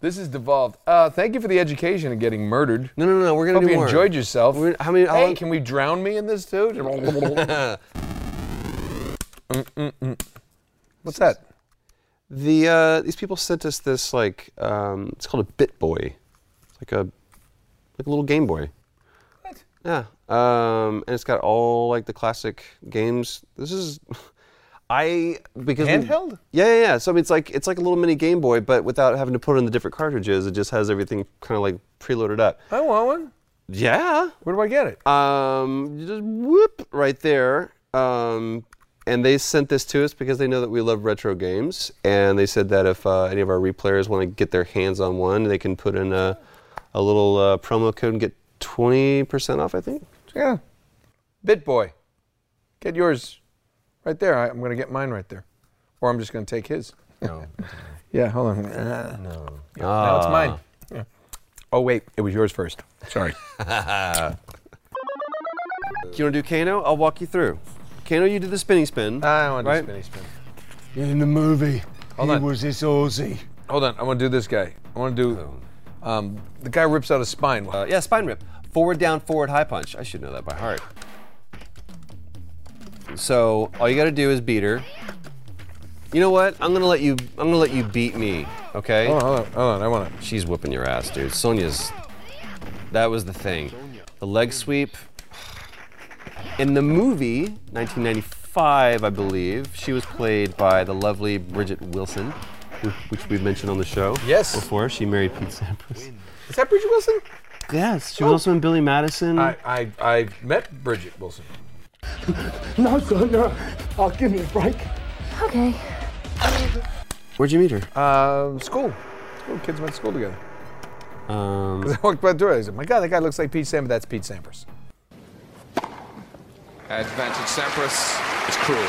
[SPEAKER 4] This is devolved. Uh, thank you for the education of getting murdered.
[SPEAKER 3] No, no, no. We're gonna
[SPEAKER 4] Hope
[SPEAKER 3] do
[SPEAKER 4] you
[SPEAKER 3] more.
[SPEAKER 4] enjoyed yourself.
[SPEAKER 3] how many- how
[SPEAKER 4] hey,
[SPEAKER 3] long-
[SPEAKER 4] can we drown me in this too? What's that?
[SPEAKER 3] The uh, these people sent us this like um, it's called a Bit Boy, it's like a like a little Game Boy. What? Yeah, um, and it's got all like the classic games. This is I because we-
[SPEAKER 4] Handheld?
[SPEAKER 3] yeah, yeah, yeah. So I mean, it's like it's like a little mini Game Boy, but without having to put in the different cartridges. It just has everything kind of like preloaded up.
[SPEAKER 4] I want one. Uh,
[SPEAKER 3] Yeah.
[SPEAKER 4] Where do I get it?
[SPEAKER 3] Um, you just whoop right there. Um, and they sent this to us because they know that we love retro games, and they said that if uh, any of our replayers want to get their hands on one, they can put in a, a little uh, promo code and get twenty percent off. I think.
[SPEAKER 4] Yeah. BitBoy. Get yours right there. I, I'm going to get mine right there. Or I'm just going to take his. No. yeah, hold on. no. Ah. Now it's mine. Yeah. Oh, wait. It was yours first. Sorry.
[SPEAKER 3] You want to do Kano? I'll walk you through. Kano, you do the spinning spin.
[SPEAKER 4] I want
[SPEAKER 3] right?
[SPEAKER 4] to spinny spin.
[SPEAKER 11] In the movie,
[SPEAKER 4] Hold
[SPEAKER 11] he
[SPEAKER 4] on.
[SPEAKER 11] was this Aussie.
[SPEAKER 4] Hold on. I want to do this guy. I want to do. Um, the guy rips out a spine.
[SPEAKER 3] Uh, yeah, spine rip. Forward down, forward high punch. I should know that by heart. So all you got to do is beat her. You know what? I'm gonna let you. I'm gonna let you beat me. Okay.
[SPEAKER 4] Hold on, hold on, hold on. I want to.
[SPEAKER 3] She's whipping your ass, dude. Sonya's. That was the thing. The leg sweep. In the movie, 1995, I believe, she was played by the lovely Bridget Wilson, who- which we've mentioned on the show.
[SPEAKER 4] Yes.
[SPEAKER 3] Before she married Pete Sampras. Oh.
[SPEAKER 4] Is that Bridget Wilson?
[SPEAKER 3] Yes, she was also in Billy Madison.
[SPEAKER 4] I, I, I met Bridget Wilson.
[SPEAKER 11] No, Sonia, I'll give me a break.
[SPEAKER 12] Okay.
[SPEAKER 3] Where'd you meet her?
[SPEAKER 4] Um, school. School. Kids went to school together.
[SPEAKER 3] Um,
[SPEAKER 4] I walked by the door. I said, "My God, that guy looks like Pete Sampras." That's Pete Sampras.
[SPEAKER 13] Advantage Sampras is cruel.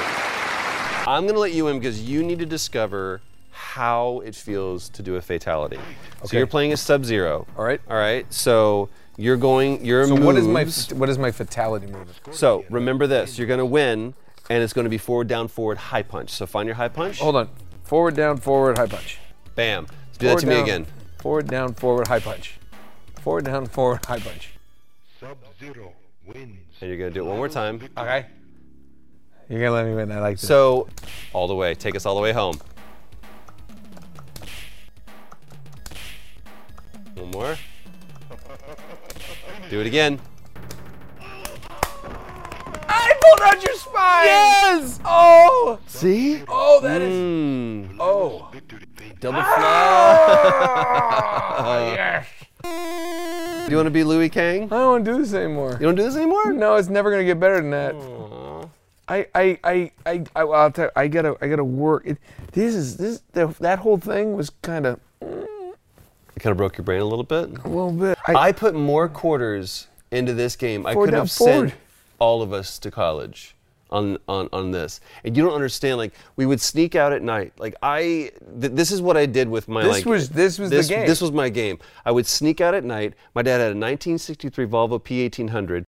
[SPEAKER 3] I'm going to let you in because you need to discover how it feels to do a fatality. So
[SPEAKER 4] Okay.
[SPEAKER 3] you're playing a Sub Zero.
[SPEAKER 4] All right.
[SPEAKER 3] All right. So you're going. Your
[SPEAKER 4] So
[SPEAKER 3] moves.
[SPEAKER 4] what is my what is my fatality move?
[SPEAKER 3] So remember this: you're going to win, and it's going to be forward, down, forward, high punch. So find your high punch.
[SPEAKER 4] Hold on. Forward, down, forward, high punch.
[SPEAKER 3] Bam. Do
[SPEAKER 4] Forward,
[SPEAKER 3] that to me
[SPEAKER 4] down,
[SPEAKER 3] again.
[SPEAKER 4] Forward, down, forward, high punch. Forward, down, forward, high punch.
[SPEAKER 3] And you're gonna do it one more time.
[SPEAKER 4] Okay. You're gonna let me win. I like this.
[SPEAKER 3] So, all the way. Take us all the way home. One more. Do it again.
[SPEAKER 4] I pulled out your spine. Yes. Oh.
[SPEAKER 3] See?
[SPEAKER 4] Oh, that is.
[SPEAKER 3] Hmm.
[SPEAKER 4] Oh. Double fly. yes. Ah!
[SPEAKER 3] Do you want to be Louis Kang? I
[SPEAKER 4] don't want to do this anymore. You
[SPEAKER 3] don't do this anymore?
[SPEAKER 4] No, it's never gonna get better than that. I I I I I, I'll tell you, I gotta I gotta work. It, this is this the, that whole thing was kind of
[SPEAKER 3] It kind of broke your brain a little bit.
[SPEAKER 4] a little bit.
[SPEAKER 3] I, put more quarters into this game. I
[SPEAKER 4] Forward,
[SPEAKER 3] could
[SPEAKER 4] down,
[SPEAKER 3] have
[SPEAKER 4] forward.
[SPEAKER 3] sent all of us to college on, on on this. And you don't understand. Like we would sneak out at night. Like I, th- this is what I did with my.
[SPEAKER 4] This
[SPEAKER 3] like,
[SPEAKER 4] was- this was the
[SPEAKER 3] this,
[SPEAKER 4] game.
[SPEAKER 3] This was my game. I would sneak out at night. My dad had a 1963 Volvo P1800,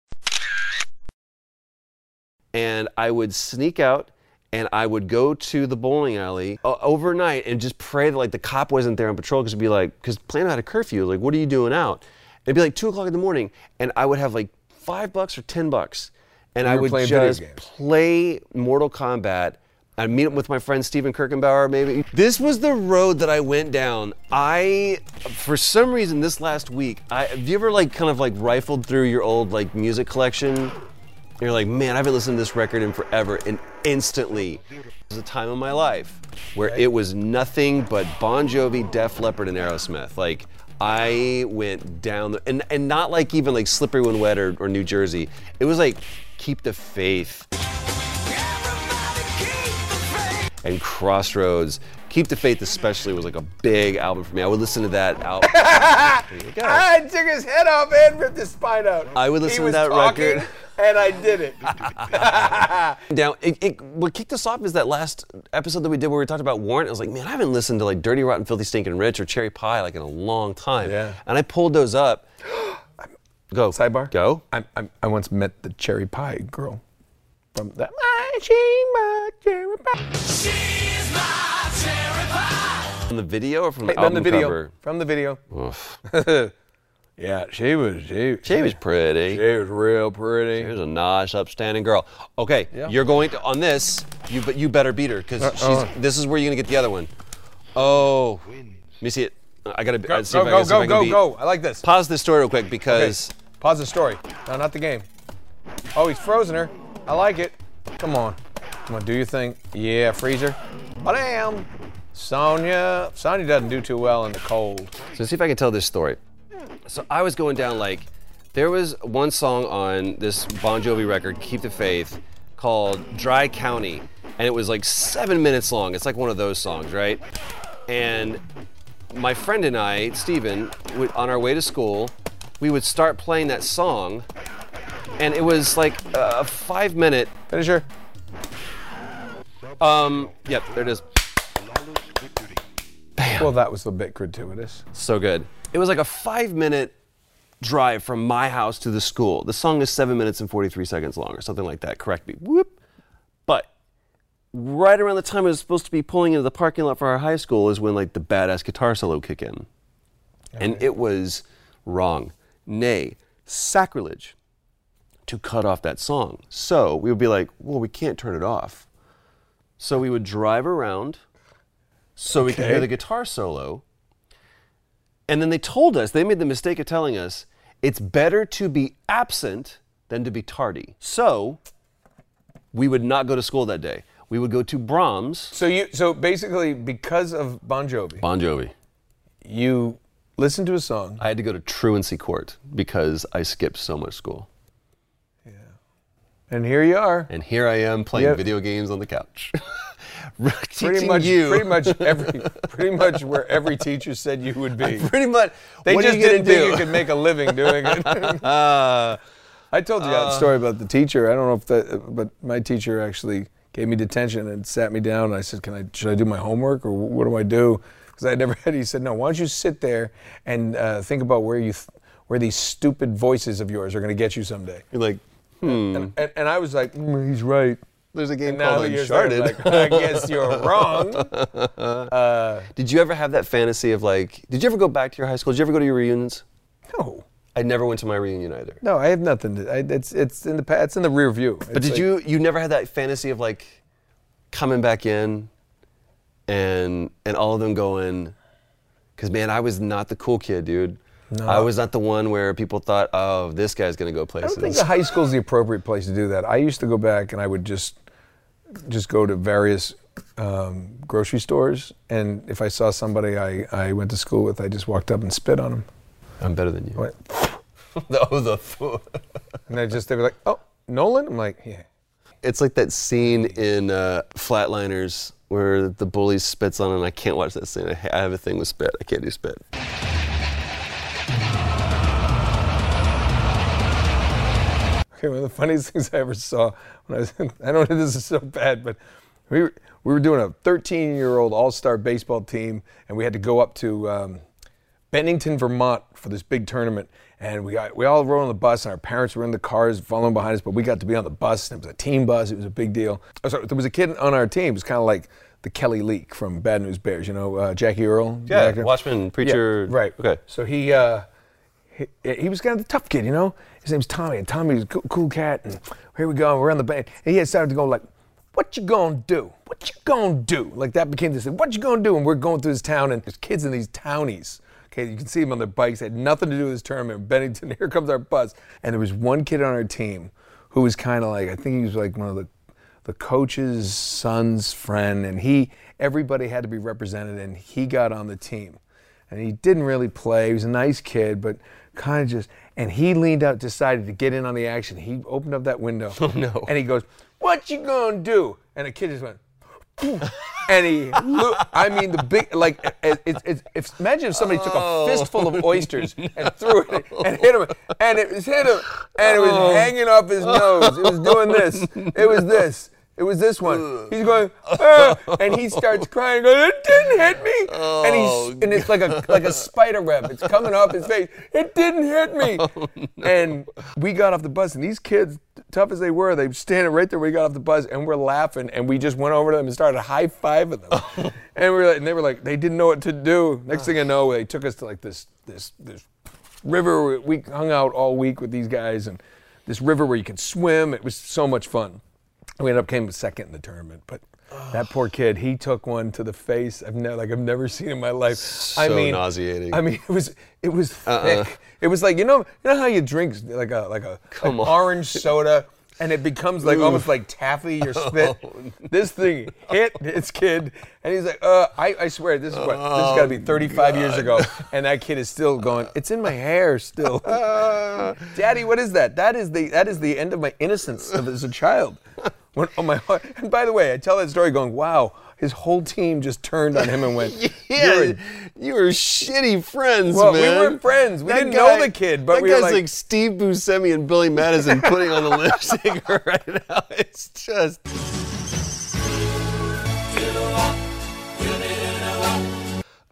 [SPEAKER 3] and I would sneak out. And I would go to the bowling alley uh, overnight and just pray that like the cop wasn't there on patrol because it'd be like because Plano had a curfew like what are you doing out? It'd be like two o'clock in the morning and I would have like five bucks or ten bucks and
[SPEAKER 4] You
[SPEAKER 3] I
[SPEAKER 4] were
[SPEAKER 3] would
[SPEAKER 4] playing video
[SPEAKER 3] just
[SPEAKER 4] games.
[SPEAKER 3] play Mortal Kombat. I'd meet up with my friend Steven Kirkenbauer, maybe. This was the road that I went down. I, for some reason, this last week, I, have you ever like kind of like rifled through your old like music collection? And you're like, man, I haven't listened to this record in forever. And instantly, there was a time in my life where it was nothing but Bon Jovi, Def Leppard, and Aerosmith. Like, I went down, the, and, and not like even like Slippery When Wet or, or New Jersey. It was like, keep the faith. and Crossroads. Keep the Faith, especially, was like a big album for me. I would listen to that album.
[SPEAKER 4] I took his head off and ripped his spine out.
[SPEAKER 3] I would listen
[SPEAKER 4] He
[SPEAKER 3] to
[SPEAKER 4] was
[SPEAKER 3] that
[SPEAKER 4] talking,
[SPEAKER 3] record.
[SPEAKER 4] and I did it.
[SPEAKER 3] now, it, it, what kicked us off is that last episode that we did where we talked about Warrant. I was like, man, I haven't listened to like Dirty, Rotten, Filthy, Stinking Rich or Cherry Pie like in a long time. Yeah. And I pulled those up. Go. Sidebar. Go.
[SPEAKER 4] I'm, I'm, I once met the cherry pie girl from that.
[SPEAKER 3] From the video or from the
[SPEAKER 4] Hey, from the
[SPEAKER 3] album
[SPEAKER 4] video.
[SPEAKER 3] cover?
[SPEAKER 4] From the video.
[SPEAKER 3] Oof.
[SPEAKER 9] yeah, she was she,
[SPEAKER 3] she was pretty.
[SPEAKER 9] She was real pretty.
[SPEAKER 3] She was a nice, upstanding girl. Okay, you're going to on this. You but you better beat her because
[SPEAKER 9] Uh,
[SPEAKER 3] she's.
[SPEAKER 9] uh.
[SPEAKER 3] This is where you're gonna get the other one. Oh, let me see it. I gotta
[SPEAKER 4] Go,
[SPEAKER 3] I see
[SPEAKER 4] go,
[SPEAKER 3] if I
[SPEAKER 4] go,
[SPEAKER 3] can, see if
[SPEAKER 4] go,
[SPEAKER 3] I can
[SPEAKER 4] go,
[SPEAKER 3] beat.
[SPEAKER 4] go. I like this.
[SPEAKER 3] Pause this story real quick because
[SPEAKER 4] Pause the story. No, not the game. Oh, he's frozen her. I like it. Come on. Come on, do your thing. Yeah, freezer. Bam. Sonya. Sonya doesn't do too well in the cold.
[SPEAKER 3] So see if I can tell this story. So I was going down like, there was one song on this Bon Jovi record, Keep the Faith, called Dry County, and it was like seven minutes long. It's like one of those songs, right? And my friend and I, Steven, would, on our way to school, we would start playing that song, and it was like a five minute
[SPEAKER 4] finisher.
[SPEAKER 3] Um, yep, there it is.
[SPEAKER 4] Well, that was a bit gratuitous.
[SPEAKER 3] So good. It was like a five minute drive from my house to the school. The song is seven minutes and 43 seconds long or something like that. Correct me. Whoop. But right around the time I was supposed to be pulling into the parking lot for our high school is when like the badass guitar solo kick in. And it was wrong, nay, sacrilege to cut off that song. So we would be like, well, we can't turn it off. So we would drive around so we could
[SPEAKER 9] Okay.
[SPEAKER 3] hear the guitar solo. And then they told us, they made the mistake of telling us, it's better to be absent than to be tardy. So we would not go to school that day. We would go to Brahms.
[SPEAKER 4] So you, so basically, because of Bon Jovi,
[SPEAKER 3] Bon Jovi.
[SPEAKER 4] You listened to a song.
[SPEAKER 3] I had to go to truancy court because I skipped so much school.
[SPEAKER 4] and here you are.
[SPEAKER 3] And here I am playing
[SPEAKER 4] Yep.
[SPEAKER 3] video games on the couch.
[SPEAKER 4] pretty
[SPEAKER 3] Teaching
[SPEAKER 4] much,
[SPEAKER 3] you.
[SPEAKER 4] pretty much every, pretty much where every teacher said you would be.
[SPEAKER 3] pretty much.
[SPEAKER 4] They
[SPEAKER 3] what are
[SPEAKER 4] just
[SPEAKER 3] you gonna
[SPEAKER 4] didn't think
[SPEAKER 3] do?
[SPEAKER 4] you could make a living doing it. I told you that story about the teacher. I don't know if that, but my teacher actually gave me detention and sat me down. And I said, "Can I? Should I do my homework or what do I do?" Because I never had. He said, "No. Why don't you sit there and uh, think about where you, th- where these stupid voices of yours are going to get you someday."
[SPEAKER 3] You're like, hmm.
[SPEAKER 4] And, and, and I was like, "Mm, he's right.
[SPEAKER 3] There's a
[SPEAKER 4] game
[SPEAKER 3] called Uncharted.
[SPEAKER 4] I guess you're wrong. uh,
[SPEAKER 3] did you ever have that fantasy of like? Did you ever go back to your high school? Did you ever go to your reunions?
[SPEAKER 4] No.
[SPEAKER 3] I never went to my reunion either.
[SPEAKER 4] No, I have nothing. To, I, it's it's in the pa- it's in the rear view.
[SPEAKER 3] But did you you never had that fantasy of like coming back in and and all of them going cuz man, I was not the cool kid, dude.
[SPEAKER 4] No.
[SPEAKER 3] I was not the one where people thought, "Oh, this guy's going to go
[SPEAKER 4] I
[SPEAKER 3] places."
[SPEAKER 4] don't think the high school's the appropriate place to do that. I used to go back and I would just just go to various um, grocery stores, and if I saw somebody I, I went to school with, I just walked up and spit on them.
[SPEAKER 3] I'm better than you.
[SPEAKER 4] What?
[SPEAKER 3] oh, the fool.
[SPEAKER 4] and I just they were like, "Oh, Nolan." I'm like, "Yeah."
[SPEAKER 3] It's like that scene in uh, Flatliners where the bully spits on him. I can't watch that scene. I, ha- I have a thing with spit. I can't do spit.
[SPEAKER 4] Okay, one of the funniest things I ever saw when I was in, I don't know if this is so bad, but we were, we were doing a 13 year old all star baseball team, and we had to go up to um, Bennington, Vermont for this big tournament. And we, got, we all rode on the bus, and our parents were in the cars following behind us, but we got to be on the bus. And it was a team bus, it was a big deal. Oh, sorry, there was a kid on our team, it was kind of like the Kelly Leak from Bad News Bears, you know, uh, Jackie Earl. the
[SPEAKER 3] Yeah,
[SPEAKER 4] actor?
[SPEAKER 3] Watchmen, Preacher.
[SPEAKER 4] Yeah, right.
[SPEAKER 3] Okay.
[SPEAKER 4] So he, uh, he, he was kind of the tough kid, you know. His name's Tommy, and Tommy was a cool, cool cat. And here we go, and we're on the band. And he had started to go like, "What you gonna do? What you gonna do?" Like that became this. thing, What you gonna do? And we're going through this town, and there's kids in these townies. Okay, you can see them on their bikes. Had nothing to do with this tournament. Bennington, here comes our bus. And there was one kid on our team who was kind of like, I think he was like one of the the coach's son's friend, and he everybody had to be represented, and he got on the team and he didn't really play. He was a nice kid, but kind of just. And he leaned out, decided to get in on the action. He opened up that window. Oh no! And he goes, "What you gonna do?" And the kid just went. and he, lo- I mean, the big, like, it, it, it, if, imagine if somebody took a
[SPEAKER 3] Oh,
[SPEAKER 4] fistful of oysters and threw it and hit him, and it was hit him, and it was
[SPEAKER 3] Oh.
[SPEAKER 4] hanging off his nose. It was doing this. It was this. It was this one. He's going, "Ah," and he starts crying, going, "It didn't hit me!" and he's and it's like a like a spider web. It's coming off his face. It didn't hit me.
[SPEAKER 3] Oh,
[SPEAKER 4] And we got off the bus, and these kids, tough as they were, they were standing right there. when We got off the bus, and we're laughing, and we just went over to them and started high fiving
[SPEAKER 3] Oh.
[SPEAKER 4] them. and we were like, and they were like, they didn't know what to do. Next thing I know, they took us to like this this this river. We hung out all week with these guys, and this river where you can swim. It was so much fun. We ended up came second in the tournament, but that poor kid, he took one to the face. I've never, like I've never seen in my life. I
[SPEAKER 3] So
[SPEAKER 4] mean,
[SPEAKER 3] nauseating.
[SPEAKER 4] I mean, it was it was
[SPEAKER 3] Uh-uh.
[SPEAKER 4] thick. It was like you know you know how you drink like a like a
[SPEAKER 3] Come
[SPEAKER 4] like
[SPEAKER 3] on.
[SPEAKER 4] orange soda. And it becomes like
[SPEAKER 3] Ooh.
[SPEAKER 4] almost like taffy or spit.
[SPEAKER 3] Oh,
[SPEAKER 4] This thing hit this kid, and he's like, uh, I, I swear, this is what, this has got to be
[SPEAKER 3] Oh,
[SPEAKER 4] 35 years ago.
[SPEAKER 3] God.
[SPEAKER 4] And that kid is still going, it's in my hair still. Daddy, what is that? That is the that is the end of my innocence of- as a child. When, oh my! And by the way, I tell that story going, "Wow!" His whole team just turned on him and went,
[SPEAKER 3] Yeah,
[SPEAKER 4] "You're a
[SPEAKER 3] you were shitty friends,
[SPEAKER 4] Well, we
[SPEAKER 3] man.
[SPEAKER 4] weren't friends. We
[SPEAKER 3] That
[SPEAKER 4] didn't know the kid, but
[SPEAKER 3] that
[SPEAKER 4] we were
[SPEAKER 3] guy's
[SPEAKER 4] like-
[SPEAKER 3] like, Steve Buscemi and Billy Madison putting on the lipstick right now. It's just.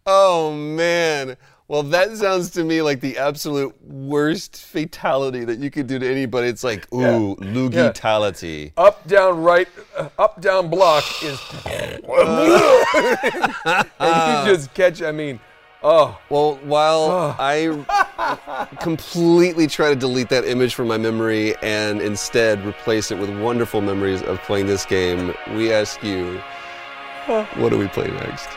[SPEAKER 3] Oh man. Well, that sounds to me like the absolute worst fatality that you could do to anybody. It's like, ooh,
[SPEAKER 4] Yeah.
[SPEAKER 3] loogie tality.
[SPEAKER 4] up, down, right, uh, up, down, block is." and you just catch. I mean, oh.
[SPEAKER 3] Well, while I completely try to delete that image from my memory and instead replace it with wonderful memories of playing this game, we ask you, what do we play next?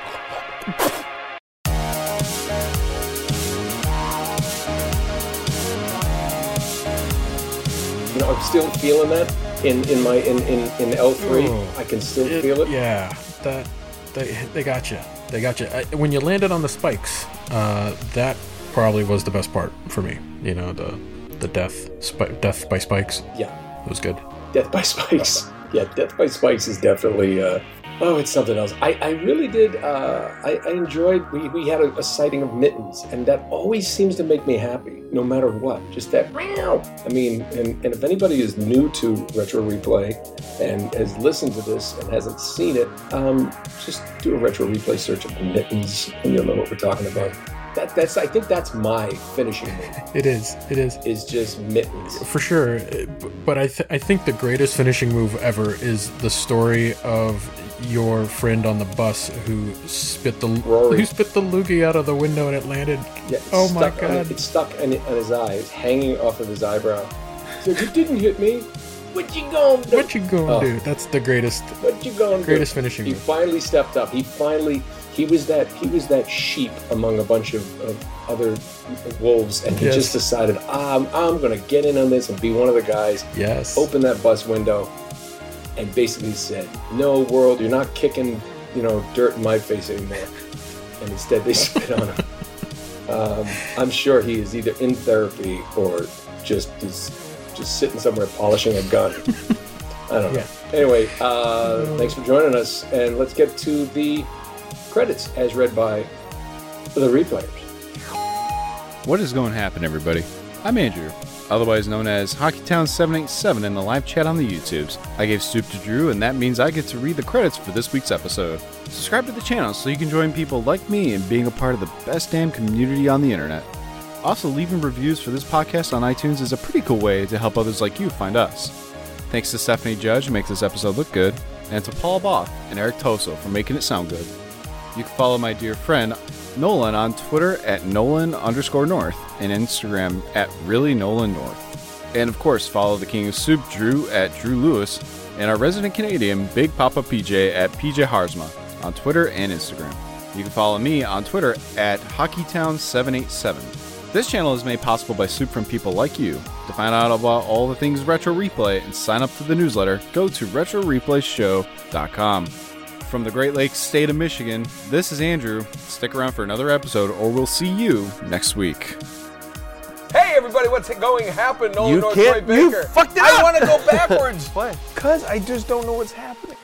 [SPEAKER 1] You know, I'm still feeling that in, in my in, in, in L3.
[SPEAKER 2] Oh.
[SPEAKER 1] I can still feel it.
[SPEAKER 2] Yeah, that they they got you. They got you. I, when you landed on the spikes, uh, that probably was the best part for me. You know, the the death spi- death by spikes.
[SPEAKER 1] Yeah.
[SPEAKER 2] it was good.
[SPEAKER 1] Death by Spikes. Yeah, Death by Spikes is definitely. Uh, oh, it's something else. I, I really did. Uh, I, I enjoyed. We, we had a, a sighting of mittens, and that always seems to make me happy, no matter what. Just that. meow. I mean, and, and if anybody is new to Retro Replay and has listened to this and hasn't seen it, um, just do a Retro Replay search of mittens, and you'll know what we're talking about. That, that's. I think that's my finishing move.
[SPEAKER 2] It is. It is.
[SPEAKER 1] Is just mittens.
[SPEAKER 2] For sure, uh, b- but I, th- I think the greatest finishing move ever is the story of your friend on the bus who spit the
[SPEAKER 1] Rory.
[SPEAKER 2] who spit the loogie out of the window and it landed.
[SPEAKER 1] Yeah, it's
[SPEAKER 2] oh my
[SPEAKER 1] stuck on-
[SPEAKER 2] god!
[SPEAKER 1] it's stuck on, on his eye. It's hanging off of his eyebrow. He's like, it didn't hit me. What you gonna do?
[SPEAKER 2] What you gonna
[SPEAKER 1] Oh.
[SPEAKER 2] do? That's the greatest.
[SPEAKER 1] What you gonna do?
[SPEAKER 2] Greatest finishing
[SPEAKER 1] He
[SPEAKER 2] move.
[SPEAKER 1] finally stepped up. He finally he was that he was that sheep among a bunch of, of other wolves, and he
[SPEAKER 2] Yes.
[SPEAKER 1] just decided "Ah, I'm I'm gonna get in on this and be one of the guys.
[SPEAKER 2] Yes.
[SPEAKER 1] Open that bus window, and basically said, "No world, you're not kicking you know dirt in my face anymore." And instead, they spit on him. Um, I'm sure he is either in therapy or just is just sitting somewhere polishing a gun. I don't know. Anyway, uh, thanks for joining us, and let's get to the credits as read by the replayers.
[SPEAKER 12] What is going to happen, everybody? I'm Andrew, otherwise known as HockeyTown787 in the live chat on the YouTubes. I gave soup to Drew, and that means I get to read the credits for this week's episode. Subscribe to the channel so you can join people like me in being a part of the best damn community on the internet. Also, leaving reviews for this podcast on iTunes is a pretty cool way to help others like you find us. Thanks to Stephanie Judge, who makes this episode look good, and to Paul Boff and Eric Toso for making it sound good. You can follow my dear friend Nolan on Twitter at Nolan underscore North and Instagram at really Nolan North. And of course, follow the King of Soup Drew at Drew Lewis and our resident Canadian Big Papa PJ at PJ Harzma on Twitter and Instagram. You can follow me on Twitter at HockeyTown787. This channel is made possible by soup from people like you. To find out about all the things Retro Replay and sign up to the newsletter, go to RetroReplayShow.com. From the Great Lakes state of Michigan, this is Andrew. Stick around for another episode, or we'll see you next week.
[SPEAKER 4] Hey everybody, what's going happen? Nolan
[SPEAKER 12] You
[SPEAKER 4] North
[SPEAKER 12] can't-
[SPEAKER 4] Troy
[SPEAKER 12] you
[SPEAKER 4] Baker.
[SPEAKER 12] fucked it
[SPEAKER 4] I
[SPEAKER 12] up.
[SPEAKER 4] want to go backwards. Why? Cause I just don't know what's happening.